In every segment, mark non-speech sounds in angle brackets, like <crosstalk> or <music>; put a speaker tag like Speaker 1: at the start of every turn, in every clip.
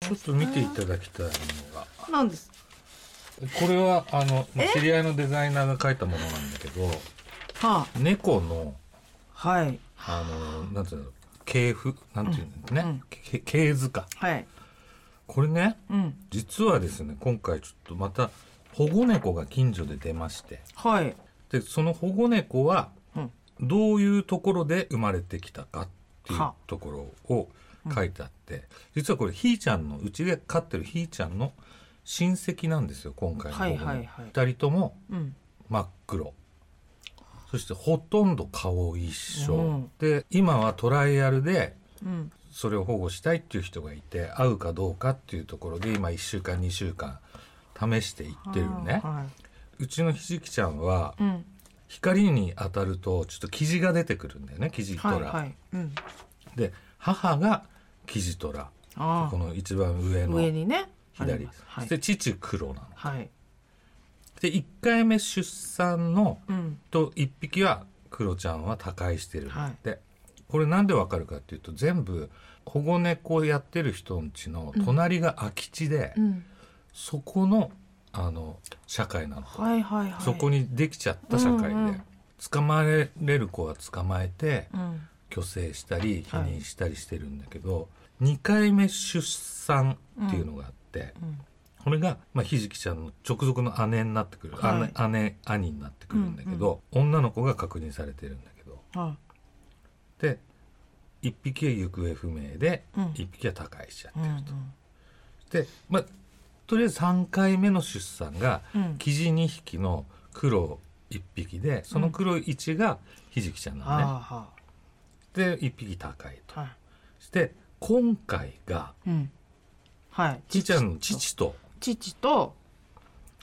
Speaker 1: ちょっと見ていただきたいのが
Speaker 2: なんです。
Speaker 1: これはあの、まあ
Speaker 2: え
Speaker 1: 知り合いのデザイナーが描いたものなんだけど
Speaker 2: は
Speaker 1: 猫の
Speaker 2: あ、はい。
Speaker 1: あのなんていうの系譜なんていうの
Speaker 2: う
Speaker 1: ね
Speaker 2: ん
Speaker 1: け系図か
Speaker 2: はい。
Speaker 1: これね
Speaker 2: うん。
Speaker 1: 実はですね今回ちょっとまた保護猫が近所で出まして
Speaker 2: はい。
Speaker 1: でその保護猫は
Speaker 2: うん。
Speaker 1: どういうところで生まれてきたかっていう
Speaker 2: は
Speaker 1: ところを書いてあって、実はこれひーちゃんのうちで飼ってるひーちゃんの親戚なんですよ今回の
Speaker 2: はいはいはい
Speaker 1: 2人とも
Speaker 2: うん。
Speaker 1: 真っ黒そしてほとんど顔一緒、
Speaker 2: うん
Speaker 1: で今はトライアルで
Speaker 2: うん。
Speaker 1: それを保護したいっていう人がいて合うかどうかっていうところで今1週間2週間試していってるのね、
Speaker 2: は。
Speaker 1: うちのひじきちゃんはい
Speaker 2: うん。
Speaker 1: 光に当たるとちょっと生地が出てくるんだよね生地ト
Speaker 2: は
Speaker 1: ラ、
Speaker 2: いはい。うん。
Speaker 1: で母が生地トラ
Speaker 2: あ
Speaker 1: この一番上
Speaker 2: あ。
Speaker 1: の
Speaker 2: 上にね。あり
Speaker 1: 左
Speaker 2: ますは
Speaker 1: そ
Speaker 2: い
Speaker 1: して。父黒なの
Speaker 2: はい。
Speaker 1: で1回目出産の
Speaker 2: うん。
Speaker 1: と1匹はクロちゃんは他界してるの
Speaker 2: はい
Speaker 1: でこれなんでわかるかっていうと全部保護猫をやってる人んちの隣が空き地で、
Speaker 2: うん。
Speaker 1: そこのあの社会なの、
Speaker 2: はいはいはい。
Speaker 1: そこ
Speaker 2: に。
Speaker 1: にできちゃった社会で、
Speaker 2: うんうん
Speaker 1: 捕まえれる子は捕まえて
Speaker 2: うん。
Speaker 1: 虚勢したり避
Speaker 2: はい
Speaker 1: 妊したりしてるんだけど、2回目出産っていうのがあって、
Speaker 2: うん。
Speaker 1: これが、まあ、ひじきちゃんの直属の姉になってくる、
Speaker 2: はい
Speaker 1: 姉姉兄になってくるんだけど、女の子が確認されてるんだけど
Speaker 2: は
Speaker 1: で1匹は行方不明で、
Speaker 2: うん
Speaker 1: 1匹は他界しちゃっ
Speaker 2: い。う
Speaker 1: て
Speaker 2: ん
Speaker 1: ると、で、まあ、とりあえず3回目の出産が
Speaker 2: うん。
Speaker 1: キジ2匹の黒1匹でその黒1がひじきちゃんなのね、
Speaker 2: あ
Speaker 1: で1匹他界
Speaker 2: あ
Speaker 1: と
Speaker 2: は
Speaker 1: して今回が
Speaker 2: い。うん。はい。
Speaker 1: ひーちゃんの父と
Speaker 2: 父と。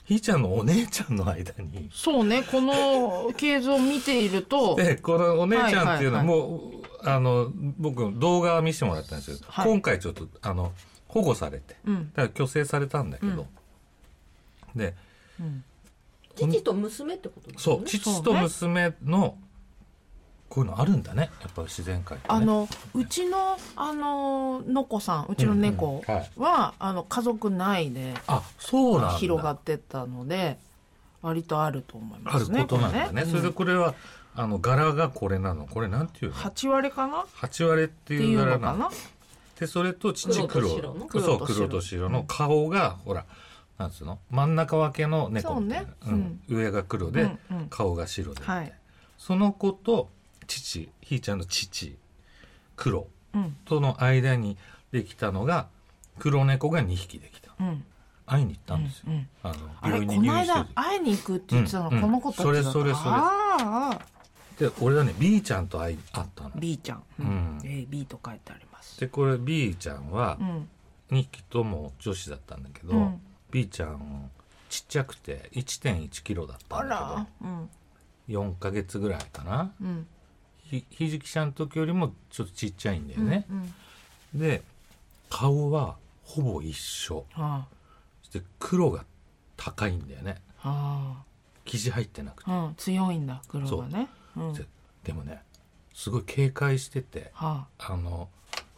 Speaker 1: ひーちゃんのお姉ちゃんの間に
Speaker 2: <laughs> そうね。この系図を見ていると。
Speaker 1: でこのお姉ちゃんっていうのは
Speaker 2: はいは
Speaker 1: もう、あの僕動画見せてもらったんですけど、
Speaker 2: はい
Speaker 1: 今回ちょっとあの保護されて
Speaker 2: うん。
Speaker 1: だから虚勢されたんだけど、で
Speaker 2: うん。
Speaker 3: 父と娘ってことです
Speaker 1: そ
Speaker 3: よ
Speaker 1: う
Speaker 3: ね。
Speaker 1: 父と娘のこういうのあるんだねやっぱり自然界って、ね、
Speaker 2: あの、うちの、あの、のこさん、うちの猫
Speaker 1: うんうんはい
Speaker 2: は、あの、家族内で
Speaker 1: あそうなんだ
Speaker 2: 広がってったので、割とあると思い
Speaker 1: あ
Speaker 2: ま
Speaker 1: る
Speaker 2: す
Speaker 1: こ
Speaker 2: ね。
Speaker 1: となんだね
Speaker 2: これ
Speaker 1: それでこれはあの柄がこれなのこれなんていうの
Speaker 2: 8割かなっ
Speaker 1: 八割って
Speaker 2: て
Speaker 1: い
Speaker 2: いうう
Speaker 1: 柄
Speaker 2: の
Speaker 1: な
Speaker 2: か
Speaker 1: の
Speaker 2: な
Speaker 1: でそれと父黒
Speaker 3: 黒
Speaker 1: そう
Speaker 2: 黒と
Speaker 3: と白の
Speaker 2: 白
Speaker 1: 黒と白の顔が、ほらなんつうの真ん中分けの猫みたいな
Speaker 2: そうね
Speaker 1: うん上が黒
Speaker 2: う
Speaker 1: で、
Speaker 2: んうん
Speaker 1: 顔が白で、
Speaker 2: はい。
Speaker 1: その子と父ひーちゃんの父黒
Speaker 2: うん。
Speaker 1: との間にできたのが黒猫が2匹できた
Speaker 2: うん。
Speaker 1: 会いに行ったんですよ、
Speaker 2: うんうん
Speaker 1: あの
Speaker 2: あれ、
Speaker 1: 病院に
Speaker 2: こ
Speaker 1: 入
Speaker 2: の
Speaker 1: 院して
Speaker 2: 間、会いに行くって言ってたの、
Speaker 1: うんうん
Speaker 2: この子たちだった
Speaker 1: それそれそれ
Speaker 2: あ
Speaker 1: るで俺はね B ちゃんと会い会ったの
Speaker 2: あ、。B ちゃん。う
Speaker 1: うん
Speaker 2: ん。A、B と書いてあります。
Speaker 1: でこれ B ちゃんは
Speaker 2: うん。
Speaker 1: 2匹とも女子だったんだけど、
Speaker 2: うん
Speaker 1: B ちゃんちっちゃくて1 1キロだった
Speaker 2: あ
Speaker 1: んだ
Speaker 2: ら。うん。
Speaker 1: けど4ヶ月ぐらいかな
Speaker 2: うん。
Speaker 1: ひひじきちゃんの時よりもちょっとちっちゃいんだよね
Speaker 2: う、ん。
Speaker 1: で顔はほぼ一緒
Speaker 2: あ
Speaker 1: そして黒が高いんだよね
Speaker 2: あ。ああ。
Speaker 1: 生地入ってなくて、
Speaker 2: うん、強いんだ黒がね。うん、
Speaker 1: ででもねすごい警戒してて
Speaker 2: はあ、
Speaker 1: あの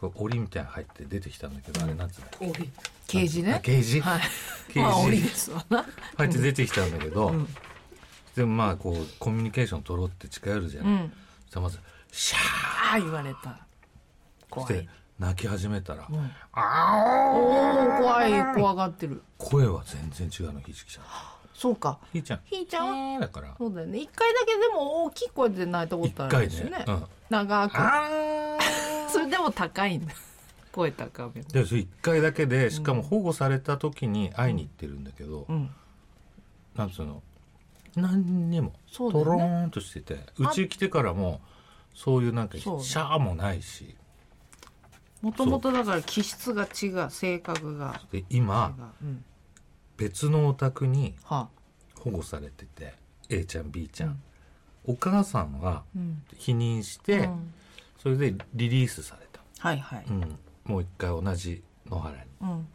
Speaker 1: こう檻みたいに入って出てきたんだけどあれなんつうの
Speaker 3: おい
Speaker 2: ケージ
Speaker 1: あ
Speaker 2: ね。
Speaker 1: ケージ、
Speaker 2: はい。
Speaker 1: <laughs> ケ
Speaker 2: まあ、
Speaker 1: ー
Speaker 2: 檻
Speaker 1: ジ
Speaker 2: ですわな。
Speaker 1: 入って出てきたんだけど、
Speaker 2: うん
Speaker 1: でもまあこうコミュニケーション取ろうって近寄るじゃ
Speaker 2: う
Speaker 1: ない、
Speaker 2: ん。
Speaker 1: そしたらまずシャー
Speaker 2: ああ、言われた。
Speaker 1: っ
Speaker 2: 怖
Speaker 1: て
Speaker 2: い。
Speaker 1: 泣き始めたら、
Speaker 2: うん、
Speaker 1: あー
Speaker 2: おお、怖い、怖がってる。
Speaker 1: 声は全然違うのひじきちゃん
Speaker 2: そうか。
Speaker 1: ひーちゃん
Speaker 2: ひーちゃんは。
Speaker 1: えーだから
Speaker 2: そうだよね。一回だけでも大きい声で泣いたこ
Speaker 1: 一
Speaker 2: とあるん
Speaker 1: 回
Speaker 2: ですよ
Speaker 1: ね
Speaker 2: ね。
Speaker 1: うん、
Speaker 2: 長く。
Speaker 1: あ
Speaker 2: それでも高いんだ。声高めの。
Speaker 1: でそれ一回だけでしかも保護された時に会いに行ってるんだけど、
Speaker 2: うん。
Speaker 1: なんつうの何にも
Speaker 2: そ
Speaker 1: と
Speaker 2: うだよね
Speaker 1: ろーんとしててうち、来てからもそういうなんかシ
Speaker 2: そうだ
Speaker 1: ャーもないし
Speaker 2: もともとだから気質が違う、性格が
Speaker 1: で
Speaker 2: 違
Speaker 1: 今
Speaker 2: う。うん。
Speaker 1: 別のお宅に
Speaker 2: はあ。
Speaker 1: 保護されてて A ちゃん B ちゃん、お母さんは
Speaker 2: うん。
Speaker 1: 避妊して、
Speaker 2: うん
Speaker 1: それでリリースされた、
Speaker 2: はいはい。
Speaker 1: うん、もう一回同じ野原に。
Speaker 2: うん。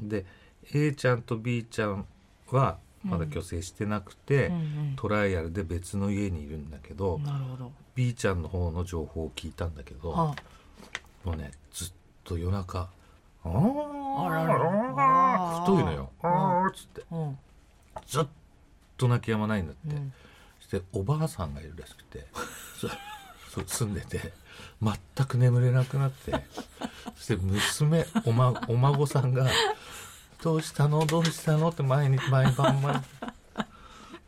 Speaker 1: で A ちゃんと B ちゃんはまだ虚勢してなくて、
Speaker 2: うんうん
Speaker 1: トライアルで別の家にいるんだけど、
Speaker 2: なるほど。
Speaker 1: B ちゃんの方の情報を聞いたんだけど、
Speaker 2: はあ。
Speaker 1: もうねずっと夜中「あー
Speaker 2: あらら
Speaker 1: 太いのよ「
Speaker 2: あー
Speaker 1: あーっつって
Speaker 2: うん
Speaker 1: ずっと泣き止まないんだって、
Speaker 2: うん
Speaker 1: そしておばあさんがいるらしくてそ <laughs> そう住んでて全く眠れなくなってそして娘お,、ま、お孫さんが「どうしたのどうしたの?」って毎日毎晩毎晩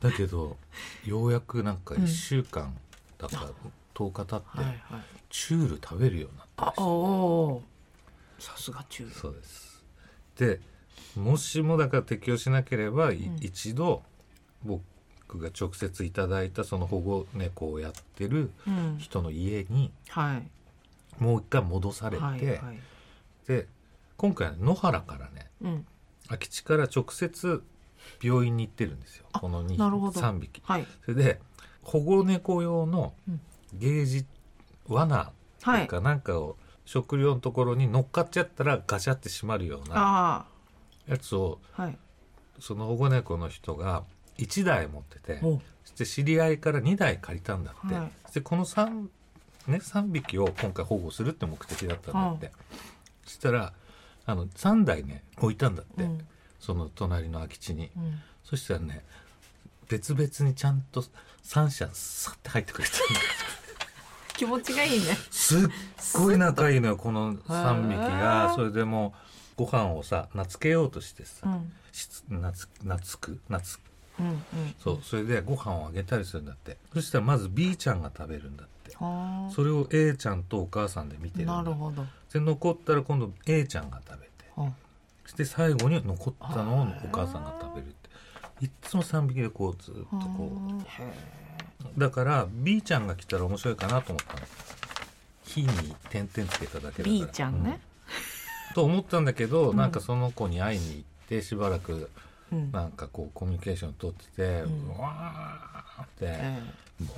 Speaker 1: だけどようやくなんか1週間だから10日経って、
Speaker 2: はいはい
Speaker 1: チュール食べるようになったらしい
Speaker 2: おおさすが中
Speaker 1: そうですでもしもだから適用しなければ、い
Speaker 2: うん
Speaker 1: 一度僕が直接いただいたその保護猫をやってる
Speaker 2: うん
Speaker 1: 人の家に
Speaker 2: はい
Speaker 1: もう一回戻されて、
Speaker 2: はいはい
Speaker 1: で今回野原からね
Speaker 2: うん
Speaker 1: 空き地から直接病院に行ってるんですよ
Speaker 2: あ
Speaker 1: この
Speaker 2: なるほど
Speaker 1: 3匹
Speaker 2: はい
Speaker 1: それで保護猫用のゲージ、罠と
Speaker 2: は
Speaker 1: いう
Speaker 2: い
Speaker 1: かなんかを食料のところに乗っかっちゃったらガシャって閉まるような
Speaker 2: あ
Speaker 1: やつを
Speaker 2: あはい
Speaker 1: その保護猫の人が1台持ってて
Speaker 2: お
Speaker 1: そして知り合いから2台借りたんだって、
Speaker 2: はい
Speaker 1: そしてこの 3,、ね、3匹を今回保護するって目的だったんだって、そしたらあの3台ね置いたんだって、
Speaker 2: うん
Speaker 1: その隣の空き地に、
Speaker 2: うん
Speaker 1: そしたらね別々にちゃんと3社さって入ってくれたん
Speaker 2: <laughs>
Speaker 1: だ
Speaker 3: 気持ちがいいね。
Speaker 1: すっごい仲いいのよこの3匹
Speaker 2: へ
Speaker 1: が
Speaker 2: ー
Speaker 1: それでもうご飯をさ懐けようとして
Speaker 2: う
Speaker 1: さ、
Speaker 2: ん
Speaker 1: しつ懐懐く懐
Speaker 2: うんうん
Speaker 1: そうそれでご飯をあげたりするんだってそしたらまず B ちゃんが食べるんだって
Speaker 2: あ
Speaker 1: それを A ちゃんとお母さんで見て
Speaker 2: あ
Speaker 1: るんだ
Speaker 2: なるほど
Speaker 1: で残ったら今度 A ちゃんが食べて
Speaker 2: うん
Speaker 1: そして最後に残ったのをお母さんが食べるっていっつも3匹でこうずっとこ
Speaker 2: うんへ
Speaker 1: うだから B ちゃんが来たら面白いかなと思ったの「火」に点々つけただけだから
Speaker 2: B ちゃんね、
Speaker 1: うんと思ったんだけど、
Speaker 2: うん
Speaker 1: なんかその子に会いに行ってしばらく
Speaker 2: うん
Speaker 1: なんかこうコミュニケーション取ってて、う
Speaker 2: うん
Speaker 1: わーって。
Speaker 2: え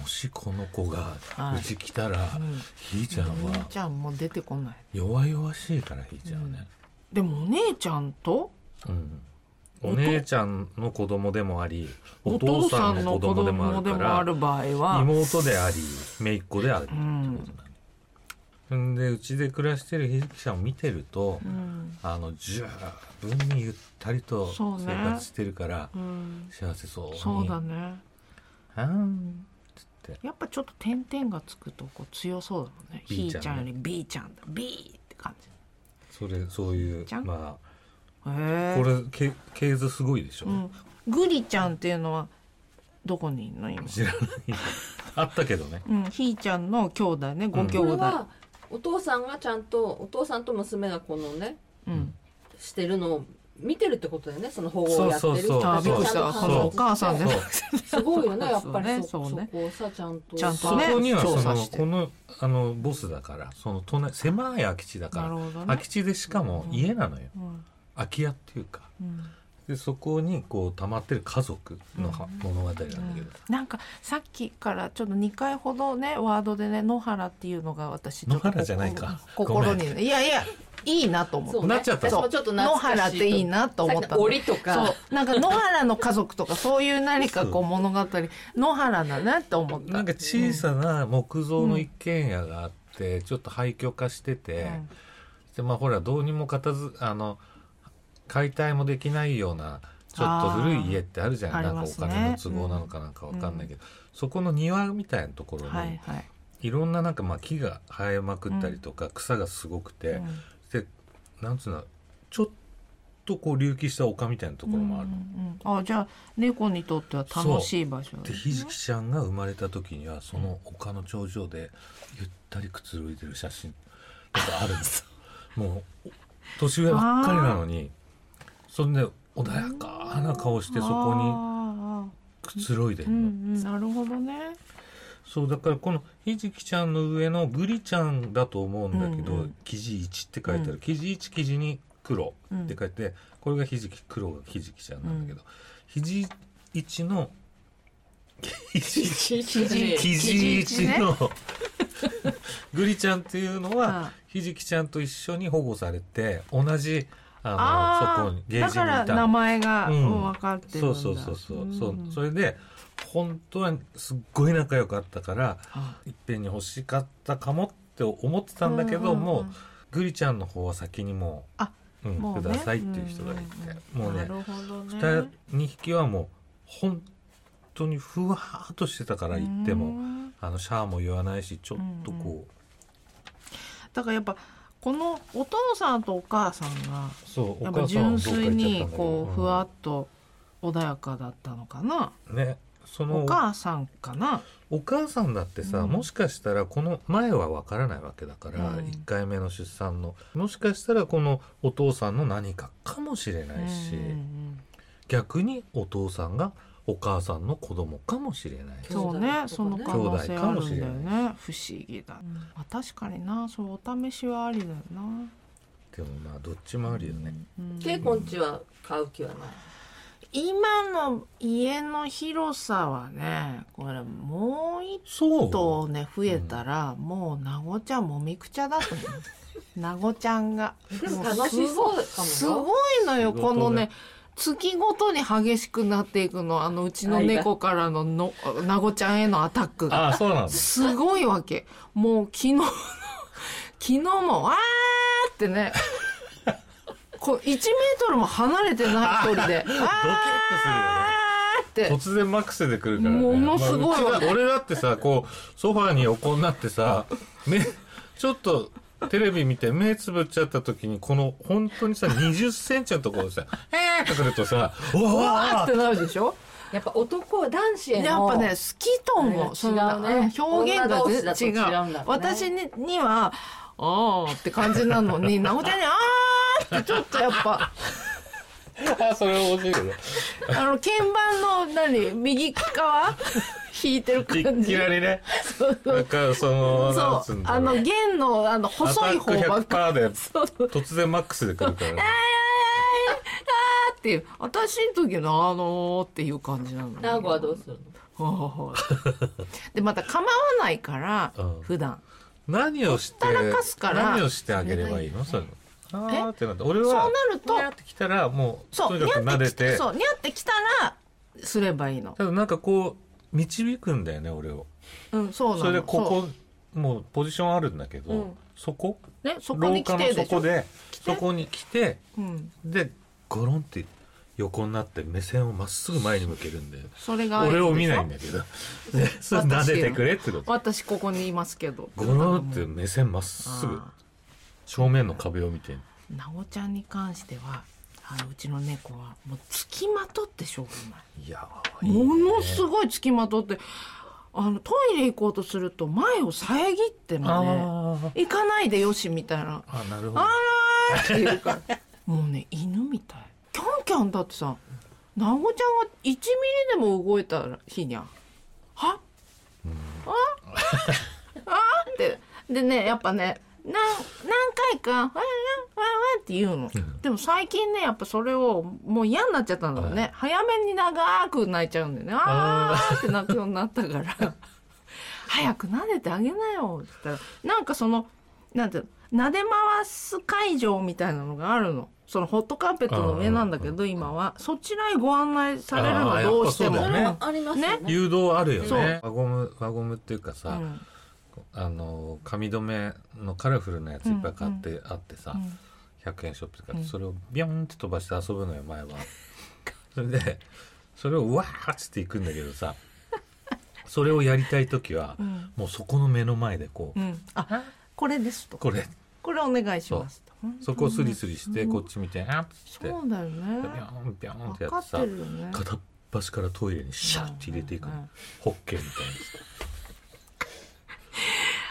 Speaker 1: もしこの子が
Speaker 2: はいう
Speaker 1: ち来たら、
Speaker 2: えうん
Speaker 1: ひーちゃん
Speaker 2: お姉
Speaker 1: は
Speaker 2: ちゃんも出てこない
Speaker 1: 弱々しいからひーちゃんはね、
Speaker 2: でもお姉ちゃんと
Speaker 1: うん
Speaker 2: お父
Speaker 1: お姉ちゃんの子供でもありお
Speaker 2: お
Speaker 1: 父
Speaker 2: 父
Speaker 1: さ
Speaker 2: さ
Speaker 1: ん
Speaker 2: ん
Speaker 1: の
Speaker 2: の
Speaker 1: 子
Speaker 2: 子
Speaker 1: 供
Speaker 2: 供
Speaker 1: で
Speaker 2: で
Speaker 1: もあるか
Speaker 2: も
Speaker 1: ら
Speaker 2: ある場合は
Speaker 1: 妹であり姪っ子であるってことなんだそんでうちで暮らしてるひーちゃんを見てると、
Speaker 2: うん
Speaker 1: あの十分にゆったりと
Speaker 2: そ
Speaker 1: 生
Speaker 2: うね
Speaker 1: 活してるから、
Speaker 2: うん
Speaker 1: 幸せそうに
Speaker 2: そうだね
Speaker 1: あーんつって
Speaker 2: やっぱちょっと点々がつくとこう強そうだもんね
Speaker 1: B
Speaker 2: ひ
Speaker 1: ちゃんね
Speaker 2: ーちゃんより B ちゃんだ B って感じ
Speaker 1: それそういう
Speaker 2: ちゃん
Speaker 1: ま
Speaker 2: へ
Speaker 1: あ
Speaker 2: え
Speaker 1: これけ系図すごいでしょ、
Speaker 2: うん、グリちゃんっていうのはどこにいるの今、
Speaker 1: 知らない <laughs> あったけどね
Speaker 2: うん、ひーちゃんの兄弟ねご兄
Speaker 3: これ
Speaker 2: 弟
Speaker 3: は、お父さんがちゃんと、お父さんと娘がこのね、
Speaker 2: うん
Speaker 3: してるのを見てるってことだよね、その保護をやってる人
Speaker 1: そう
Speaker 2: あ
Speaker 3: た
Speaker 2: ー
Speaker 3: ち
Speaker 2: びっ
Speaker 3: を
Speaker 2: くり
Speaker 3: ち
Speaker 2: し
Speaker 3: ゃ
Speaker 2: た
Speaker 3: んと観察
Speaker 2: そのお母さんじゃな
Speaker 1: そう
Speaker 2: くて
Speaker 3: すごいよね、やっぱりそ
Speaker 2: そう
Speaker 3: そ
Speaker 2: ね
Speaker 3: こをさ、ちゃんと。
Speaker 2: ちゃん
Speaker 1: そ
Speaker 2: とね
Speaker 1: こにはそ
Speaker 2: 調査
Speaker 1: の
Speaker 2: して
Speaker 1: このあのボスだからその隣狭い空き地だ
Speaker 2: な
Speaker 1: か
Speaker 2: るほ
Speaker 1: ら
Speaker 2: ど
Speaker 1: 空
Speaker 2: ね
Speaker 1: き地でしかも家なのよ
Speaker 2: うん
Speaker 1: 空き家っていうか
Speaker 2: うん
Speaker 1: でそこにこう溜まってる家族のは物語なんだけど
Speaker 2: なんかさっきからちょっと2回ほどねワードでね野原っていうのが私ちょっと
Speaker 1: 野原じゃないか
Speaker 2: 心に
Speaker 1: ご
Speaker 2: いやいやいいなと思
Speaker 3: そう
Speaker 2: う
Speaker 3: ね
Speaker 1: なっちゃった
Speaker 3: 私もちょっと
Speaker 2: 野
Speaker 3: 懐かし
Speaker 2: 原っていいなと思った
Speaker 3: さっきの
Speaker 2: の
Speaker 3: 檻とか。
Speaker 1: <laughs>
Speaker 3: <laughs>
Speaker 2: そうなんか野原の家族とかそういう何か
Speaker 1: そ
Speaker 2: こ
Speaker 1: う
Speaker 2: う物語野原だなって思った
Speaker 1: なんか小さな木造の一軒家があってちょっと廃墟化しててでまあほらどうにも片づあの解体もできないようなちょっと古い家ってあるじゃな
Speaker 2: あ
Speaker 1: い
Speaker 2: ー
Speaker 1: なんかお金の都合
Speaker 2: ありますね
Speaker 1: なのかなんかわかんないけど、そこの庭みたいなところ
Speaker 2: うん
Speaker 1: に、
Speaker 2: はいはい
Speaker 1: いろんななんかまあ木が生えまくったりとか、草がすごくて、
Speaker 2: うん
Speaker 1: でなんつうのちょっとこう隆起した丘みたいなところもある、
Speaker 2: うんうんうんあじゃあ猫にとっては楽しい場所
Speaker 1: で
Speaker 2: ですね
Speaker 1: ひじきちゃんが生まれた時にはその丘の頂上でゆったりくつろいでる写真とか
Speaker 2: <laughs>
Speaker 1: あるんですよもう年上ばっかりなのにそんで穏やかな顔してそこに
Speaker 2: あ
Speaker 1: くつろいで
Speaker 2: ーう
Speaker 1: るの、
Speaker 2: んうんなるほどね
Speaker 1: そうだからこのひじきちゃんの上のグリちゃんだと思うんだけど、
Speaker 2: うんうん
Speaker 1: 生地1って書いてある、
Speaker 2: うん
Speaker 1: 生地1生地2黒
Speaker 2: うん
Speaker 1: って書いて、これがひじき黒がひじきちゃんなんだけど、ひじ1の
Speaker 2: <laughs>
Speaker 1: ひじ
Speaker 3: ひじ
Speaker 2: き
Speaker 1: 生地1のグリちゃんっていうのは、
Speaker 2: あ
Speaker 1: ひじきちゃんと一緒に保護されて同じあの
Speaker 2: あ
Speaker 1: そこに
Speaker 2: ー
Speaker 1: ゲー
Speaker 2: だ
Speaker 1: ジに
Speaker 2: か
Speaker 1: いた
Speaker 2: ら
Speaker 1: の
Speaker 2: 名前が
Speaker 1: うん
Speaker 2: もう分かってるん
Speaker 1: そ
Speaker 2: だ
Speaker 1: うそうそうそう、
Speaker 2: ん
Speaker 1: そうそれで本当はすっごい仲良かったから
Speaker 2: あ
Speaker 1: いっぺんに欲しかったかもって思ってたんだけど、
Speaker 2: うんうんうん
Speaker 1: もうグリちゃんの方は先にも
Speaker 2: あ
Speaker 1: うん
Speaker 2: もうね
Speaker 1: くださいっていう人がいて、
Speaker 2: ん
Speaker 1: もうね
Speaker 2: なるほどね
Speaker 1: 2匹はもう本当にふわーっとしてたから行っても、
Speaker 2: うん
Speaker 1: あのシャーも言わないしちょっとこう、
Speaker 2: だからやっぱこのお父さんとお母さんが
Speaker 1: そうお
Speaker 2: やっぱ
Speaker 1: 母さんはどっ
Speaker 2: 純
Speaker 1: か
Speaker 2: 粋
Speaker 1: 行っちゃ
Speaker 2: に
Speaker 1: ったんだけど
Speaker 2: こうふわっと穏やかだったのかな、
Speaker 1: うんねその
Speaker 2: お母さんかな
Speaker 1: お母さんだってさ、
Speaker 2: うん
Speaker 1: もしかしたらこの前はわからないわけだから、
Speaker 2: うん
Speaker 1: 1回目の出産のもしかしたらこのお父さんの何かかもしれないし、
Speaker 2: うんうんうん
Speaker 1: 逆にお父さんがお母さんの子供かもしれないし
Speaker 2: そうねそ
Speaker 3: そう
Speaker 2: の
Speaker 3: だね
Speaker 2: 可能性あるんだよ
Speaker 1: 兄弟
Speaker 2: ね不思議だ、まあ、確かになそうお試しはありだよな
Speaker 1: でもまあどっちもあるよね、
Speaker 2: うん
Speaker 3: ケイコんちは買う気はない
Speaker 2: 今の家の広さはねこれもう一
Speaker 1: そう
Speaker 2: 頭ね増えたら、もうなごちゃんもみくちゃだと思
Speaker 1: <laughs>
Speaker 2: うなごちゃんが
Speaker 3: でも楽しそうかも
Speaker 2: すごいのよ
Speaker 1: 仕事
Speaker 2: こ
Speaker 1: が
Speaker 2: のね月ごとに激しくなっていくのあのうちの猫からののなごちゃんへのアタックが
Speaker 1: ああそうなんだ
Speaker 2: すごいわけ。もう昨日の、昨 <laughs> 日も、わーってね、こう1メートルも離れてない距離 <laughs> で、わ
Speaker 1: ドキッとするよね
Speaker 2: ーって。
Speaker 1: 突然マックスで来るから、ね、
Speaker 2: ものすごい
Speaker 1: まあうちが俺だってさこうソファーに横になってさ目ちょっとテレビ見て目つぶっちゃった時にこの本当にさ2 0ンチのところでさ <laughs> 「えー!」ってするとさ「おーお
Speaker 2: わーってなるでしょ
Speaker 3: やっぱ男は男子への
Speaker 2: やっぱね、好きと
Speaker 3: あれ
Speaker 2: 思う。
Speaker 3: が
Speaker 2: そんな
Speaker 3: 違うね
Speaker 2: うん表現
Speaker 3: 女同士
Speaker 2: が
Speaker 3: だと
Speaker 2: ぜ違
Speaker 3: 違うんだろうね
Speaker 2: う。私にには、あーって感じなのに、なおちゃんに、あーってちょっとやっぱ、
Speaker 1: あそれ面白いけど
Speaker 2: あの、鍵盤の、何、右側弾いてる
Speaker 1: い
Speaker 2: 感
Speaker 1: き
Speaker 2: じ。
Speaker 1: なりね
Speaker 2: そうそう
Speaker 1: なんかそのなん
Speaker 2: そ
Speaker 1: つ
Speaker 2: う、
Speaker 1: んだ
Speaker 2: あ
Speaker 1: ろ
Speaker 2: の
Speaker 1: う
Speaker 2: 弦のあの細い方ば
Speaker 1: ア
Speaker 2: っ
Speaker 1: タ
Speaker 2: か
Speaker 1: ック100%で
Speaker 2: そうそう
Speaker 1: 突然マックスで来るから、ね、
Speaker 2: っていう私の時のあのーっていう感じなのね。
Speaker 3: ナーゴはどうするの
Speaker 2: ほうほうほうでまた構わないから、
Speaker 1: うん
Speaker 2: 普段
Speaker 1: 何をして
Speaker 2: ほったらかすから
Speaker 1: 何をしてあげればいいのそれあーってなって俺
Speaker 2: そうな
Speaker 1: は
Speaker 2: ると
Speaker 1: ニャーって来たらもう
Speaker 2: そ
Speaker 1: と
Speaker 2: う
Speaker 1: に
Speaker 2: に
Speaker 1: かく
Speaker 2: ゃ
Speaker 1: 撫
Speaker 2: って
Speaker 1: で
Speaker 2: きた
Speaker 1: て
Speaker 2: そうにゃってきたらすればいいの。
Speaker 1: ただなんかこう導くんだよね俺を
Speaker 2: うんそうなの。
Speaker 1: それでこ
Speaker 2: そう
Speaker 1: こもうポジションあるんだけど、
Speaker 3: うん
Speaker 1: そこ
Speaker 2: ねそこに来て
Speaker 1: 廊下の
Speaker 2: で
Speaker 1: そ
Speaker 2: し
Speaker 1: こ
Speaker 2: ょ。
Speaker 1: で
Speaker 2: て
Speaker 1: そこに来て
Speaker 2: うん
Speaker 1: でゴロンって横になって目線をまっすぐ前に向けるんだよ
Speaker 2: それが
Speaker 1: 俺を見ないん
Speaker 2: で
Speaker 1: だけどでそれ
Speaker 2: 私よ
Speaker 1: 撫でてくれってこと
Speaker 2: 私ここにいますけど。
Speaker 1: ゴロンって目線まっすぐ
Speaker 2: あー
Speaker 1: 正面の壁を見て
Speaker 2: なおちゃんに関してはあのうちの猫はもうつきまとってしょうが
Speaker 1: いや
Speaker 2: ないものす
Speaker 1: ごい
Speaker 2: ごいつきまとってあのトイレ行こうとすると前を遮って
Speaker 1: ねあ
Speaker 2: もね
Speaker 1: ー
Speaker 2: 行かないでよしみたいな
Speaker 1: あなるほど
Speaker 2: あらーって言うからもうね犬みたいキャンキャンだってさなおちゃんが1ミリでも動いたらひにゃんはってでねやっぱねなん何回か「わんわんわんわん」って言うの
Speaker 1: うん
Speaker 2: でも最近ねやっぱそれをもう嫌になっちゃったんだろうね、
Speaker 1: はい
Speaker 2: 早めに長く泣いちゃうんだよね「あー」って泣くようになったから「早く撫でてあげなよ」って言ったらなんかそのなんていうの撫で回す会場みたいなのがあるの。そのホットカーペットの上なんだけど今はそちらへご案内される
Speaker 1: あ
Speaker 2: の
Speaker 1: ー
Speaker 2: どうしても
Speaker 1: やっぱそうだよね
Speaker 3: あありますよね
Speaker 1: 誘導あるよ
Speaker 2: そう
Speaker 1: ね輪ゴム輪ゴムっていうか
Speaker 2: う
Speaker 1: さ、
Speaker 2: ん
Speaker 1: あの髪留めのカラフルなやついっぱい買ってあってさ、
Speaker 2: うん
Speaker 1: 100円ショップとか
Speaker 2: うん
Speaker 1: それをビョンって飛ばして遊ぶのよ前は <laughs> それでそれをうわーっつっていくんだけどさそれをやりたい時は、
Speaker 2: うん
Speaker 1: もうそこの目の前でこう、
Speaker 2: うん、あこれですと
Speaker 1: これ
Speaker 2: これお願いしますと
Speaker 1: そこをスリスリしてこっち見て、あっつってビョ
Speaker 2: そうだよね
Speaker 1: ーンビョーンって
Speaker 2: 分
Speaker 1: や
Speaker 2: か
Speaker 1: って
Speaker 2: って
Speaker 1: さ
Speaker 2: るよね
Speaker 1: 片っ端からトイレにシャッて入れていくの、
Speaker 2: うん
Speaker 1: ホッケーみたいな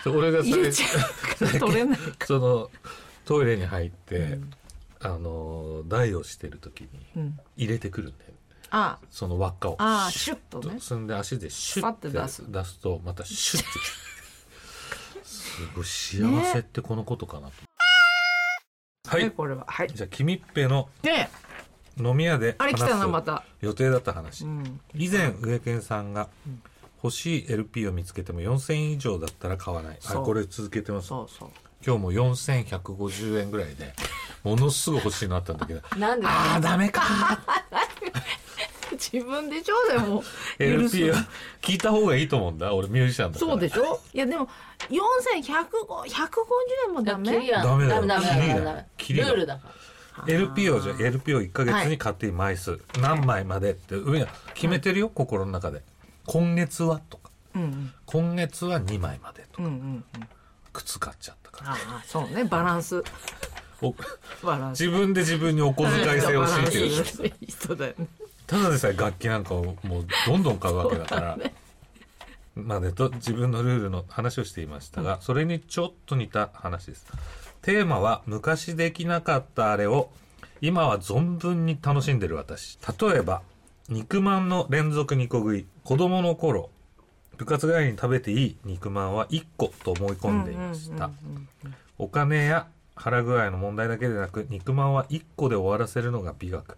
Speaker 1: そう俺がそ
Speaker 2: 入
Speaker 1: れ
Speaker 2: れちゃうから取れない
Speaker 1: そのトイレに入って、
Speaker 2: うん
Speaker 1: あの台をしてる時に
Speaker 2: うん
Speaker 1: 入れてくるんだよ
Speaker 2: あ
Speaker 1: その輪っかを
Speaker 2: あシュッと
Speaker 1: シュッ
Speaker 2: ね
Speaker 1: そんで足でシュッて
Speaker 2: パッて
Speaker 1: 出
Speaker 2: 出
Speaker 1: す
Speaker 2: す
Speaker 1: とまたシュッてすごい幸せってこのことかなと、はい
Speaker 2: ねこれははい
Speaker 1: じゃあ君っぺの
Speaker 2: で
Speaker 1: 飲み屋で
Speaker 2: あれ
Speaker 1: 話
Speaker 2: 来
Speaker 1: す
Speaker 2: たなまた
Speaker 1: 予定だった話、
Speaker 2: うん
Speaker 1: 以前植健さんが欲しい LP を見つけても4000円以上だったら買わないあ
Speaker 2: そう
Speaker 1: これ続けてます
Speaker 2: そうそう
Speaker 1: 今日も4150円ぐらいでものすごい欲しいのあったんだけど
Speaker 3: なんで
Speaker 1: ああダメか
Speaker 2: 自分でしょでも許
Speaker 1: LP は
Speaker 2: す
Speaker 1: 聞いた方がいいと思うんだ俺ミュージシャンだから
Speaker 2: そうでしょいやでも4150円もダ
Speaker 3: キ
Speaker 2: メ
Speaker 3: リは
Speaker 1: ダメだよ
Speaker 3: ダメダメダメダメ
Speaker 1: キリだよ
Speaker 3: ルールだから
Speaker 1: LP をじゃあ LP を1ヶ月に買っていい枚数、何枚までって上が決めてるよ、心の中で今月はとか
Speaker 2: うん
Speaker 1: 今月は2枚までと
Speaker 2: うんう
Speaker 1: か、
Speaker 2: んうんうん
Speaker 1: 靴買っちゃったから
Speaker 2: ああそうねバランス
Speaker 1: お
Speaker 2: バランス
Speaker 1: 自分で自分にお小遣い制を強いてる
Speaker 2: バランスのいい人だよね
Speaker 1: ただでさえ楽器なんかをもうどんどん買うわけだから。までと自分のルールの話をしていましたが、それにちょっと似た話です。テーマは昔できなかったあれを今は存分に楽しんでる私。例えば、肉まんの連続2個食い。子供の頃、部活帰りに食べていい肉まんは1個と思い込んでいました。
Speaker 2: うんうん
Speaker 1: お金や腹具合の問題だけでなく肉まんは1個で終わらせるのが美学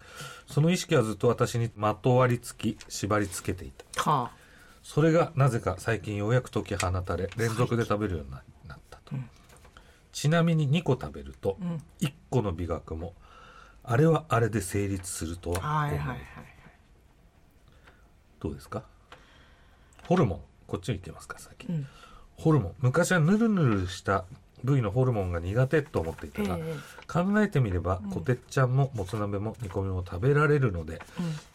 Speaker 1: その意識はずっと私にまとわりつき縛りつけていた
Speaker 2: は
Speaker 1: それがなぜか最近ようやく解き放たれ連続で食べるようにななったと、
Speaker 2: うん
Speaker 1: ちなみに2個食べると
Speaker 2: あうん
Speaker 1: 1個の美学もあれはあれで成立するとは
Speaker 2: はいはい
Speaker 1: 思う
Speaker 2: はい
Speaker 1: どうですかホルモンこっちに行けますか先、
Speaker 2: うん
Speaker 1: ホルモン昔はヌルヌルした部位のホルモンが苦手と思っていた
Speaker 2: ええ
Speaker 1: が、考えてみれば、
Speaker 2: うん
Speaker 1: こてっちゃんももつ鍋も煮込みも食べられるので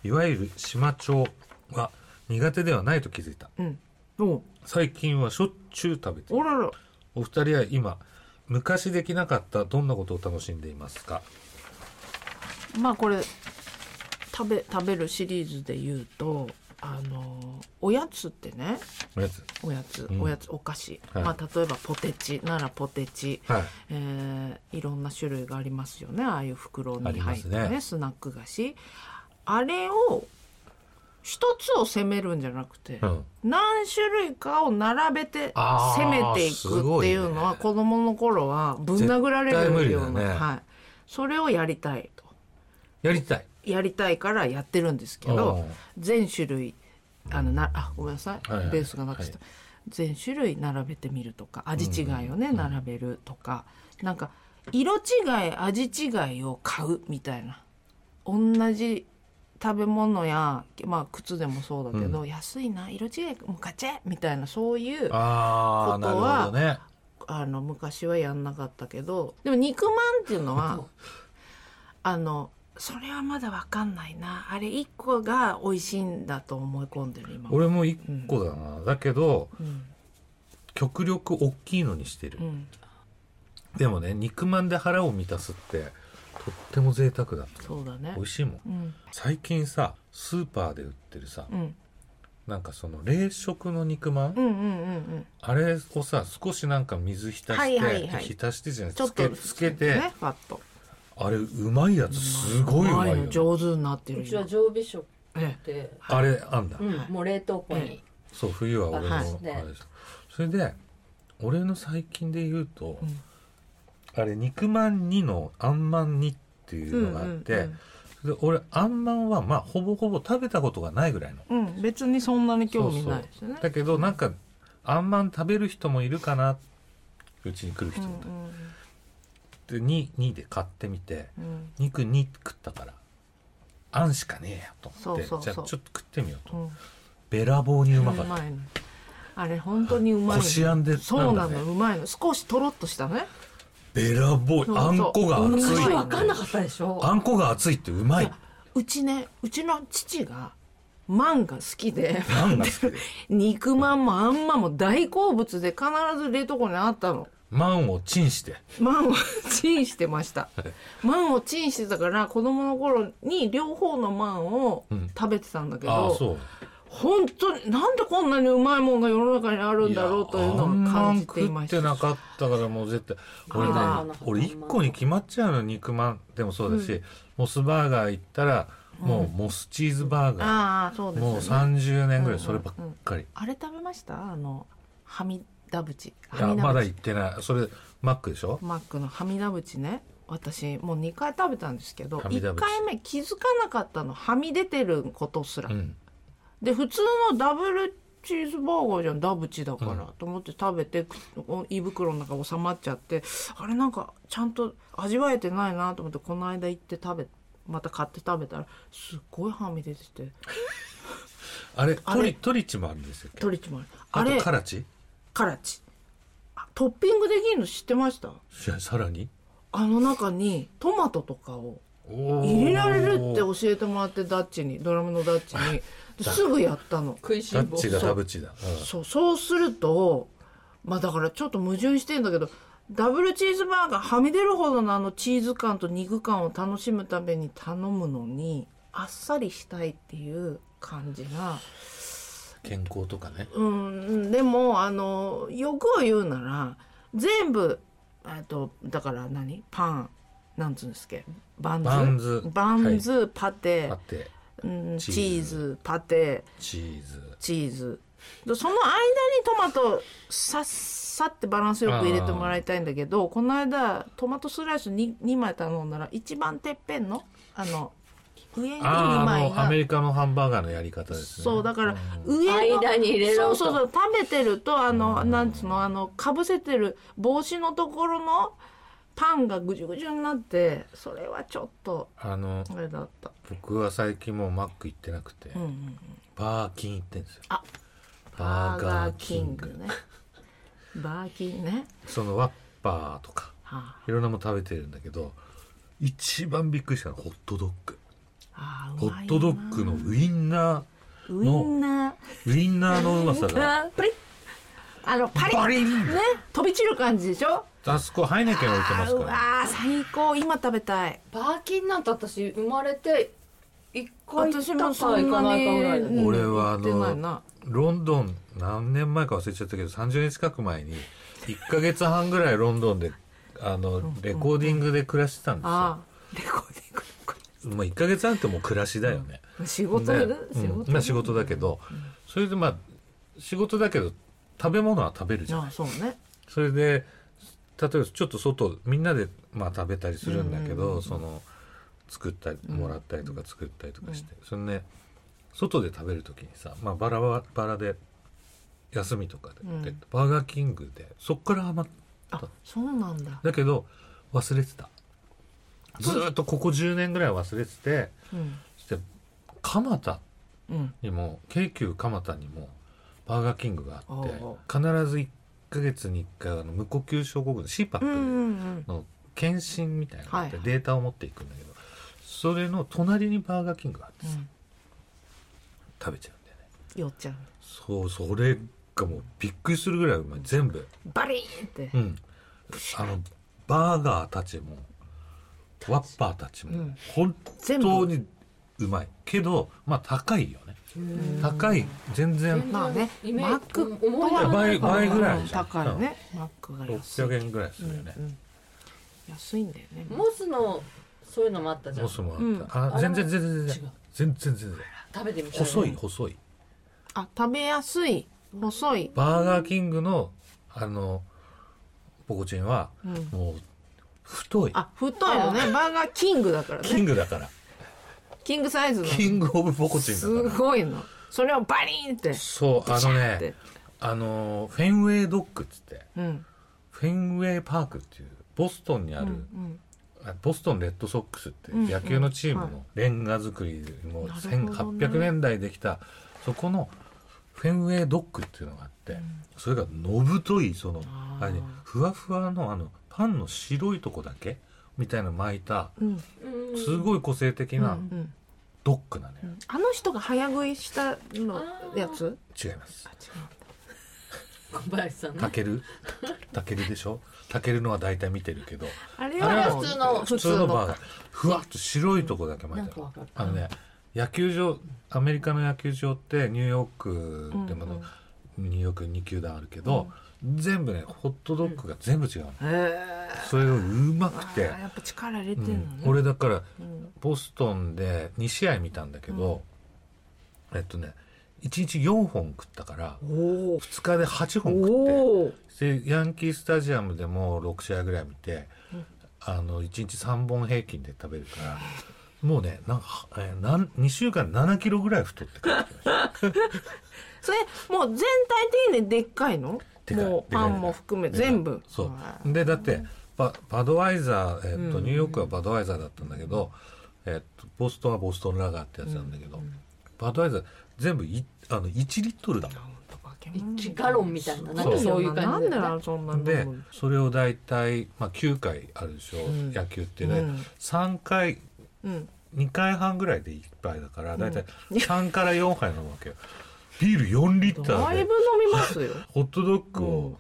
Speaker 1: いわゆる島町は苦手ではないと気づいた
Speaker 2: うんうんおう
Speaker 1: 最近はしょっちゅう食べてい
Speaker 2: お
Speaker 1: る
Speaker 2: らら
Speaker 1: お二人は今昔できなかったどんなことを楽しんでいますか
Speaker 2: まあこれ食べ食べるシリーズで言うとあのおやつってね
Speaker 1: おやつ
Speaker 2: おやつ、
Speaker 1: うん
Speaker 2: おやつお菓子、
Speaker 1: はい
Speaker 2: まあ例えばポテチならポテチ、
Speaker 1: はい
Speaker 2: えーいろんな種類がありますよねああいう袋に入った
Speaker 1: あり
Speaker 2: ね
Speaker 1: ますね
Speaker 2: スナック菓子あれを一つを攻めるんじゃなくて、
Speaker 1: うん
Speaker 2: 何種類かを並べて
Speaker 1: あー
Speaker 2: 攻めていくっていうのは、
Speaker 1: すごいね
Speaker 2: 子供の頃はぶん殴ら
Speaker 1: 絶対無
Speaker 2: れる
Speaker 1: 理
Speaker 2: よ
Speaker 1: だ
Speaker 2: う
Speaker 1: ね
Speaker 2: な、はい、それをやりたいと
Speaker 1: やりたい
Speaker 2: やりたいからやってるんですけど全種類あのなあごめんなさい、
Speaker 1: はいはい
Speaker 2: ベースがなくした、
Speaker 1: は
Speaker 2: 全種類並べてみるとか味違いをね、
Speaker 1: うん
Speaker 2: 並べるとかなんか色違い味違いを買うみたいな同じ食べ物やまあ靴でもそうだけど、安いな色違いもう買っちゃえみたいなそういう
Speaker 1: ああなるほどね
Speaker 2: あの昔はやんなかったけどでも肉まんっていうのはあのそれはまだわかんないなあれ一個が美味しいんだと思い込んでる今は
Speaker 1: 俺も一個だな、だけど
Speaker 2: うん
Speaker 1: 極力大きいのにしてる
Speaker 2: う、ん
Speaker 1: でもね肉まんで腹を満たすってとっても贅沢だ
Speaker 2: そうだね
Speaker 1: 美味しいもん
Speaker 2: うん
Speaker 1: 最近さスーパーで売ってるさ、
Speaker 2: うん
Speaker 1: なんかその冷食の肉まん、
Speaker 2: うんうんうん
Speaker 1: あれをさ少しなんか水浸して、
Speaker 2: はいはいはい
Speaker 1: 浸してじゃない
Speaker 2: ちょっ
Speaker 1: つ
Speaker 2: と
Speaker 1: けつけて、
Speaker 2: ねファッと
Speaker 1: あれうまいやつすごいうまいよね
Speaker 2: の上手になって
Speaker 3: う
Speaker 2: る
Speaker 3: ちは
Speaker 2: 今
Speaker 3: 常備食
Speaker 2: え
Speaker 3: で、
Speaker 1: あれあんだ、
Speaker 3: うん、もう冷凍庫に、
Speaker 1: そう冬は俺のあ
Speaker 3: は
Speaker 1: れ
Speaker 3: い
Speaker 1: ですそれで俺の最近で言うと、
Speaker 2: うん
Speaker 1: あれ肉まん2のあんまん2って
Speaker 2: え
Speaker 1: いうのがあって、
Speaker 2: うん
Speaker 1: それで俺あんまんはまあほぼほぼ食べたことがないぐらいの
Speaker 2: うんうん別にそんなに興味ないですよね
Speaker 1: だけどなんかあんまん食べる人もいるかなうちに来る人も、
Speaker 2: うん
Speaker 1: で 2, 2で買ってみて
Speaker 2: うんうん
Speaker 1: 肉2食ったからあんしかねえやと思って
Speaker 2: そうそうそう
Speaker 1: じゃあちょっと食ってみようと、
Speaker 2: うん
Speaker 1: べらぼうにう
Speaker 2: う
Speaker 1: ま
Speaker 2: ま
Speaker 1: かった、
Speaker 2: いのあれ本当にうまい
Speaker 1: こ
Speaker 2: の
Speaker 1: しあんで
Speaker 2: そうなの
Speaker 1: ね
Speaker 2: うまいの少しとろっとしたね
Speaker 1: べらぼう
Speaker 2: そうそう
Speaker 1: あんこが熱
Speaker 2: う
Speaker 1: い
Speaker 2: まい
Speaker 3: 分かんなかったでしょ
Speaker 1: あんこが熱いってうま
Speaker 2: い
Speaker 1: い
Speaker 2: やうちねうちの父がマンが好きで
Speaker 1: あんが好きで
Speaker 2: <laughs> 肉まんもあんまんも大好物で必ず冷凍庫にあったの
Speaker 1: まんをチンして
Speaker 2: マンをチンしてましたマンをチンしてたから子供の頃に両方のマンを
Speaker 1: うん
Speaker 2: 食べてたんだけ
Speaker 1: ああ
Speaker 2: ど、
Speaker 1: そう
Speaker 2: 本当になんでこんなにうまいもんが世の中にあるんだろうというのを感じていまし
Speaker 1: いやあんまん食ってな
Speaker 2: た
Speaker 1: かったからもう絶対俺ね
Speaker 2: あ
Speaker 3: ー
Speaker 1: 俺1個に決まっちゃうの肉まんでもそうだし、モスバーガー行ったらもうモスチーズバーガー、
Speaker 2: ああそうですよね
Speaker 1: もう30年ぐ
Speaker 2: うんうんう
Speaker 1: ら
Speaker 2: ん
Speaker 1: いそればっかり、
Speaker 2: あれ食べましたあのはみだぶち
Speaker 1: いやまだ
Speaker 2: い
Speaker 1: 行ってないそれマックでしょ
Speaker 2: マックのはみだぶちね私もう2回食べたんですけど
Speaker 1: はみだ
Speaker 2: 1
Speaker 1: ぶち
Speaker 2: 回目気づかなかったのはみ出てることすら、
Speaker 1: うん
Speaker 2: で普通のダブルチーズバーガーじゃんダブチだから、
Speaker 1: うん
Speaker 2: と思って食べてくお胃袋の中収まっちゃってあれなんかちゃんと味わえてないなと思ってこの間行って食べまた買って食べたらすっごいはみ出てて
Speaker 1: あれ
Speaker 2: あ
Speaker 1: ト
Speaker 2: れ
Speaker 1: リトリチもあるんですよ
Speaker 2: トリチもあるあ
Speaker 1: あと
Speaker 2: れ
Speaker 1: カラチ
Speaker 2: カラチあトッピングできるの知ってました
Speaker 1: いやさらに
Speaker 2: あの中にトマトとかを
Speaker 1: おー
Speaker 2: 入れられるって教えてもらってダッチにドラムのダッ
Speaker 1: <laughs>
Speaker 2: チにですぐやったの
Speaker 3: 食いし
Speaker 1: ダ
Speaker 3: ん坊
Speaker 1: ッチだダブチだ、
Speaker 2: そうそうするとまあだからちょっと矛盾してんだけどダブルチーズバーガーはみ出るほどのあのチーズ感と肉感を楽しむために頼むのにあっさりしたいっていう感じが
Speaker 1: うん健康とかね
Speaker 2: うんでもあの欲を言うなら全部えっとだから何パンなんつうんですっけバンズ
Speaker 1: バンズ
Speaker 2: バンズパテ
Speaker 1: あって
Speaker 2: うん
Speaker 1: チ
Speaker 2: チ
Speaker 1: ーズ
Speaker 2: ーズパテ
Speaker 1: チーズ
Speaker 2: チーズでその間にトマトさっさってバランスよく入れてもらいたいんだけどこの間トマトスライス 2, 2枚頼んだら一番てっぺんのあの上に2
Speaker 1: あああ
Speaker 2: 枚
Speaker 1: のア
Speaker 2: が
Speaker 1: メリカのハンバーガーのやり方ですね
Speaker 2: そうだから
Speaker 1: うん
Speaker 2: 上の
Speaker 3: 間に入れろ
Speaker 2: そう
Speaker 3: と
Speaker 2: そうそう食べてるとあの、
Speaker 1: うん
Speaker 2: なんつうのあのかぶせてる帽子のところのパンがぐじゅぐじゅになってそれはちょっと
Speaker 1: あの
Speaker 2: あれだった、
Speaker 1: 僕は最近もうマック行ってなくて、
Speaker 2: うんうんうん、
Speaker 1: バーキン行ってんですよ
Speaker 2: あバーガーキングねバーキンね、
Speaker 1: そのワッパーとか
Speaker 2: はあ
Speaker 1: いろんなもの食べてるんだけど一番びっくりしたのはホットドッグ
Speaker 2: あー
Speaker 1: ホ
Speaker 2: うまい
Speaker 1: ット
Speaker 2: よな
Speaker 1: ドッグのウインナ
Speaker 2: ウインナ
Speaker 1: ーウインナーのうまさ
Speaker 2: ー
Speaker 1: が
Speaker 2: がパリッあのパリッ
Speaker 1: バリン
Speaker 2: ね飛び散る感じでしょ
Speaker 1: あそこハイネケン置いてま
Speaker 2: あ
Speaker 1: す
Speaker 2: ーう
Speaker 1: から、ね、
Speaker 2: わー最高今食べたい
Speaker 3: バーキンなんて私生まれて一回行っ
Speaker 2: 私も
Speaker 3: た
Speaker 2: そ
Speaker 3: か行
Speaker 2: ん
Speaker 3: か
Speaker 2: な
Speaker 3: ない
Speaker 2: に
Speaker 3: かぐらいだね
Speaker 2: うん
Speaker 1: 俺はあの
Speaker 2: 行ってないな
Speaker 1: ロンドン何年前か忘れちゃったけど30年近く前に1か月半ぐらいロンドンであのレコーディングで暮らしてたんですよ、
Speaker 2: ああレコーディングこ
Speaker 1: まあ、1か月半ってもう暮らしだよね、
Speaker 2: れ仕事
Speaker 1: で
Speaker 2: で、
Speaker 1: うんまあ仕事だけど、それでまあ仕事だけど食べ物は食べるじゃん
Speaker 2: ああそうね
Speaker 1: それで例えばちょっと外みんなでまあ食べたりするんだけど、
Speaker 2: うんうんうん
Speaker 1: その作ったりもらったりとか作ったりとかして、それね外で食べる時にさ、まあ、バラババラで休みとかで,で、
Speaker 2: うん
Speaker 1: バーガーキングでそっからハマっ
Speaker 2: あそうなんだ、
Speaker 1: だけど忘れてたずーっとここ10年ぐらい忘れてて
Speaker 2: うん
Speaker 1: そして蒲田
Speaker 2: うん、
Speaker 1: にも京急蒲田にもバーガーキングがあって
Speaker 2: おう
Speaker 1: 必ず1ヶ月に1回あの無呼吸症候群の CPAP
Speaker 2: うんうん
Speaker 1: の検診みたいなのがあって
Speaker 2: はい
Speaker 1: データを持っていくんだけど、それの隣にバーガーキングがあって
Speaker 2: う
Speaker 1: さ
Speaker 2: ん
Speaker 1: 食べちゃうんだよね
Speaker 2: 酔っちゃう
Speaker 1: そうそれがもうびっくりするぐらいうまい全部
Speaker 2: バリーンって
Speaker 1: うんあのバーガーたちもワッパーたち
Speaker 2: う
Speaker 1: も
Speaker 2: ん
Speaker 1: 本
Speaker 2: 全部
Speaker 1: 当にうまいけどまあ高いよね
Speaker 3: うん
Speaker 1: 高い全然
Speaker 2: まあね
Speaker 3: イメージ
Speaker 2: マックと
Speaker 3: 思い
Speaker 2: は
Speaker 3: 出がないから
Speaker 1: 倍倍ぐらいでしょ
Speaker 2: 高いねマックが安い
Speaker 1: 600円ぐらいするよね
Speaker 2: うんうん安いんだよね
Speaker 3: モスのそういうのもあったじゃ
Speaker 1: モ
Speaker 3: ん
Speaker 1: ス
Speaker 3: 食
Speaker 1: も
Speaker 2: うん
Speaker 1: あったあ全然全然全
Speaker 3: 違
Speaker 1: 然
Speaker 3: う
Speaker 1: 全然全然
Speaker 3: べてみたいね
Speaker 1: 細い細い
Speaker 2: あ食べやすい細い
Speaker 1: バーガーキングのあのポコチンは
Speaker 2: うん
Speaker 1: もう太い
Speaker 2: あ太いのねバーガーキングだから
Speaker 1: キ
Speaker 2: ね
Speaker 1: ングだ
Speaker 2: <laughs>
Speaker 1: から
Speaker 2: キングサイズの
Speaker 1: キングオブポコチン
Speaker 2: す
Speaker 1: だから
Speaker 2: ごいのそれをバリーンって
Speaker 1: そうあの
Speaker 2: っ
Speaker 1: ね
Speaker 2: て
Speaker 1: あのフェンウェイドッグっつって
Speaker 2: うん
Speaker 1: フェンウェイパークっていうボストンにあ
Speaker 2: う
Speaker 1: る、
Speaker 2: ん
Speaker 1: あボストンレッドソックスって
Speaker 2: うん
Speaker 1: 野球のチーム
Speaker 2: は
Speaker 1: のレンガ作りの
Speaker 2: なるほどね
Speaker 1: 1800年代できたそこのフェンウェイドッグっていうのがあってそれがのぶといその
Speaker 2: あー
Speaker 1: あれねふわふわのあのパンの白いとこだけみたいなの巻いた
Speaker 2: うん
Speaker 3: うん
Speaker 1: すごい個性的
Speaker 2: う
Speaker 1: なんドッグなのよ
Speaker 2: あの人が早食いしたのやつ
Speaker 1: 違います
Speaker 2: あ違う
Speaker 3: 小林さん
Speaker 1: た
Speaker 3: ね
Speaker 1: けるたけるでしょたけるのは大体見てるけど
Speaker 2: あれ
Speaker 1: あれは
Speaker 2: は普通
Speaker 3: の
Speaker 1: 普
Speaker 2: 普
Speaker 1: 通
Speaker 2: 通
Speaker 1: の
Speaker 2: の
Speaker 1: バーガーふわっと白いとこだけ巻いて
Speaker 3: なんかわかる
Speaker 1: あのね野球場アメリカの野球場ってニューヨークでもの、ニューヨーク2球団あるけど、全部ねホットドッグが全部違うの、
Speaker 2: へ
Speaker 1: それがうま
Speaker 2: ー
Speaker 1: く
Speaker 2: あ
Speaker 1: て、
Speaker 2: ーやっぱ力入れて
Speaker 1: うんん
Speaker 2: のね
Speaker 1: 俺だから
Speaker 2: うん
Speaker 1: ボストンで2試合見たんだけど、えっとね1日4本食ったから
Speaker 2: おー
Speaker 1: 2日で8本食って。
Speaker 2: おー
Speaker 1: でヤンキースタジアムでも6試合ぐらい見て、あの1日3本平均で食べるからもうねなんかえーなん2週間7キロぐらい太って帰ってきました
Speaker 2: それもう全体的にでっかいの
Speaker 1: でかい
Speaker 2: もうパンも含め
Speaker 1: でかい
Speaker 2: 全部
Speaker 1: そ
Speaker 2: あ
Speaker 1: うでだってババドワイザー、えっと
Speaker 2: うん
Speaker 1: ニューヨークはバドワイザーだったんだけど、えっとボストンはボストンラガーってやつなんだけど、バドワイザー全部いあの1リットルだもん
Speaker 2: ー
Speaker 3: 一ガロンみたいななん
Speaker 1: そう
Speaker 3: かそういう
Speaker 2: な
Speaker 3: 感
Speaker 2: ん
Speaker 3: じ
Speaker 2: で
Speaker 3: だ
Speaker 2: な
Speaker 3: よ
Speaker 2: ん
Speaker 3: ね
Speaker 2: そんなの
Speaker 1: でそれを大体、まあ、9回あるでしょ、
Speaker 2: うん
Speaker 1: 野球って
Speaker 2: う
Speaker 1: ね、
Speaker 2: ん
Speaker 1: 3回
Speaker 2: うん
Speaker 1: 2回半ぐらいで1杯だから大体
Speaker 2: うん
Speaker 1: 3から4杯飲むわけよビール4リッタ
Speaker 2: だ
Speaker 1: ー
Speaker 2: い
Speaker 1: で
Speaker 2: ぶ飲みますよ
Speaker 1: ホットドッグを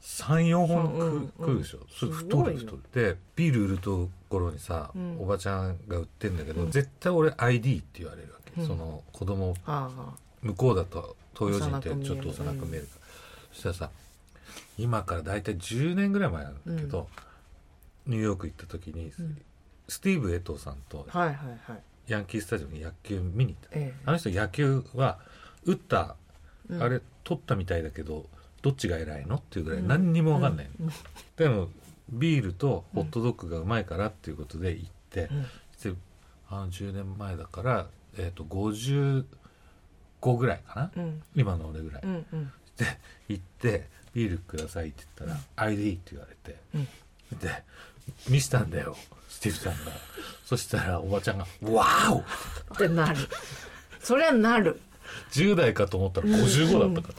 Speaker 1: 34本食,、う
Speaker 2: うんうん
Speaker 1: 食うでしょそれ
Speaker 2: す
Speaker 1: 太
Speaker 2: ご
Speaker 1: る
Speaker 2: いよ
Speaker 1: 太るでビール売るところにさ、
Speaker 2: うん
Speaker 1: おばちゃんが売ってんだけど、
Speaker 2: うん
Speaker 1: 絶対俺 ID って言われるわけ、
Speaker 2: うん
Speaker 1: その子供
Speaker 2: <laughs> ああ
Speaker 1: 向こうだと東洋人ってちょっと幼
Speaker 2: 幼
Speaker 1: く
Speaker 2: く
Speaker 1: 見
Speaker 2: 見
Speaker 1: え
Speaker 2: え
Speaker 1: るから、そしたらさ今から大体10年ぐらい前なんだけど、ニューヨーク行った時に、
Speaker 2: うん
Speaker 1: スティーブ・エトーさんと
Speaker 2: はいはいはい
Speaker 1: ヤンキースタジアムに野球見に行った、
Speaker 2: え
Speaker 1: あの人野球は打った、
Speaker 2: え
Speaker 1: あれ取ったみたいだけどどっちが偉いのっていうぐらい何にも分かんない、
Speaker 2: うんうん
Speaker 1: でもビールとホットドッグがうまいからっていうことで行って、であの10年前だから、えー、と55ぐらいかな、
Speaker 2: うん
Speaker 1: 今の俺ぐらい、
Speaker 2: うんうん
Speaker 1: で行って「ビールください」って言ったら「ID」って言われて、で見せたんだよスティーブさんがそしたらおばちゃんが「ワーオ!」
Speaker 2: ってなるそりゃなる
Speaker 1: 10代かと思ったら55だったから、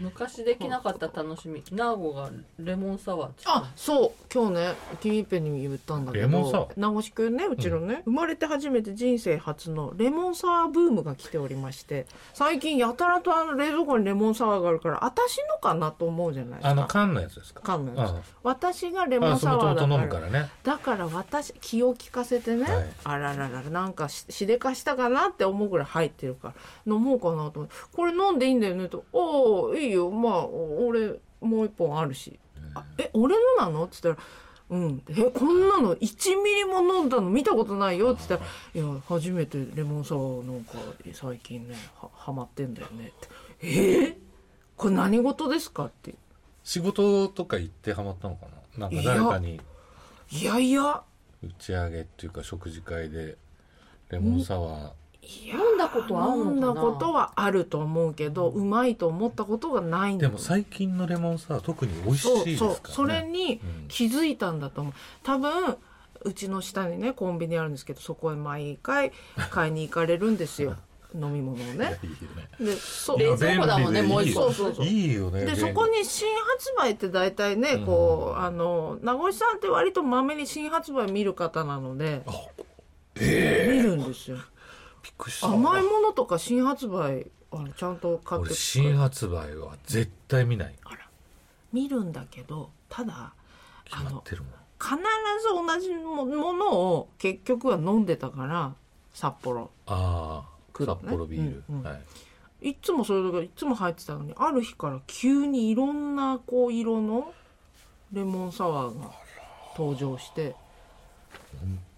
Speaker 3: 昔できなかった楽しみナーゴがレモンサワー作っ
Speaker 2: あそう今日ね君っぺに言ったんだけど
Speaker 1: レモンサワー
Speaker 2: 名越くんねうちのね、生まれて初めて人生初のレモンサワーブームが来ておりまして最近やたらとあの冷蔵庫にレモンサワーがあるから私のかなと思うじゃないですか
Speaker 1: あの缶のやつですか
Speaker 2: 缶のやつ
Speaker 1: あ
Speaker 2: 私がレモ
Speaker 1: あ
Speaker 2: ン
Speaker 1: そ
Speaker 2: サ
Speaker 1: もと
Speaker 2: ワ
Speaker 1: も
Speaker 2: ーだ
Speaker 1: と飲む
Speaker 2: か
Speaker 1: かららね
Speaker 2: だから私気を利かせてね、
Speaker 1: はい
Speaker 2: あららららなんかししでかしたかなって思うぐらい入ってるから飲もうかなと思ってこれ飲んでいいんだよねと「おおいいよまあお俺もう一本あるし」あえ俺のなの?」っつったら「うん」えこんなの1ミリも飲んだの見たことないよ」っつったら「いや初めてレモンサワーなんか最近ねははまってんだよね」って「えー、これ何事ですか?」って
Speaker 1: 仕事とか行ってハマったのかななんか誰かに
Speaker 2: 「いやいや
Speaker 1: 打ち上げっていうか食事会でレモンサワ
Speaker 2: い
Speaker 3: て
Speaker 2: や
Speaker 3: 飲んだことはあ
Speaker 2: 飲
Speaker 3: る
Speaker 2: ん
Speaker 3: の
Speaker 2: だ
Speaker 3: かな
Speaker 2: ことはあると思うけど、うまいと思ったことがないん
Speaker 1: ー
Speaker 2: だ
Speaker 1: でも
Speaker 2: よ
Speaker 1: 最近のレモンサワー特に美味し
Speaker 2: そう
Speaker 1: いですから
Speaker 2: そ
Speaker 1: ね
Speaker 2: うそれに
Speaker 1: うん
Speaker 2: 気づいたんだと思う多分うちの下にねコンビニあるんですけどそこへ毎回買いに行かれるんで
Speaker 1: <laughs>
Speaker 2: すよ飲み物を
Speaker 1: いや
Speaker 2: ね
Speaker 1: いいよね
Speaker 2: でそ
Speaker 1: いや
Speaker 3: 冷蔵庫だもんね
Speaker 1: 便利で
Speaker 3: も
Speaker 1: いいよ
Speaker 2: そ
Speaker 3: う一個
Speaker 2: うそうそう
Speaker 1: いいよね
Speaker 2: で
Speaker 1: 便利
Speaker 2: そこに新発売って大体ね、
Speaker 1: ん
Speaker 2: こうあの名越さんって割とまめに新発売見る方なので、見るんですよ
Speaker 1: びっくりした
Speaker 2: 甘いものとか新発売あのちゃんと買って
Speaker 1: 俺新発売は絶対見ない
Speaker 2: 見るんだけどただ
Speaker 1: 決まってるもん
Speaker 2: 必ず同じもものを結局は飲んでたから札幌
Speaker 1: ああ
Speaker 2: 黒
Speaker 1: 札
Speaker 2: ね
Speaker 1: 幌ビール、
Speaker 2: うんうん
Speaker 1: はい
Speaker 2: いつもそれがいつも入ってたのにある日から急にいろんなこう色のレモンサワーが登場して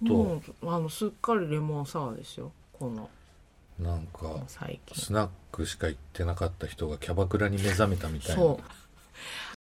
Speaker 1: と、
Speaker 2: もうあのすっかりレモンサワーですよこの
Speaker 1: なんか
Speaker 2: 最近
Speaker 1: スナックしか行ってなかった人がキャバクラに目覚めたみたいな
Speaker 2: そう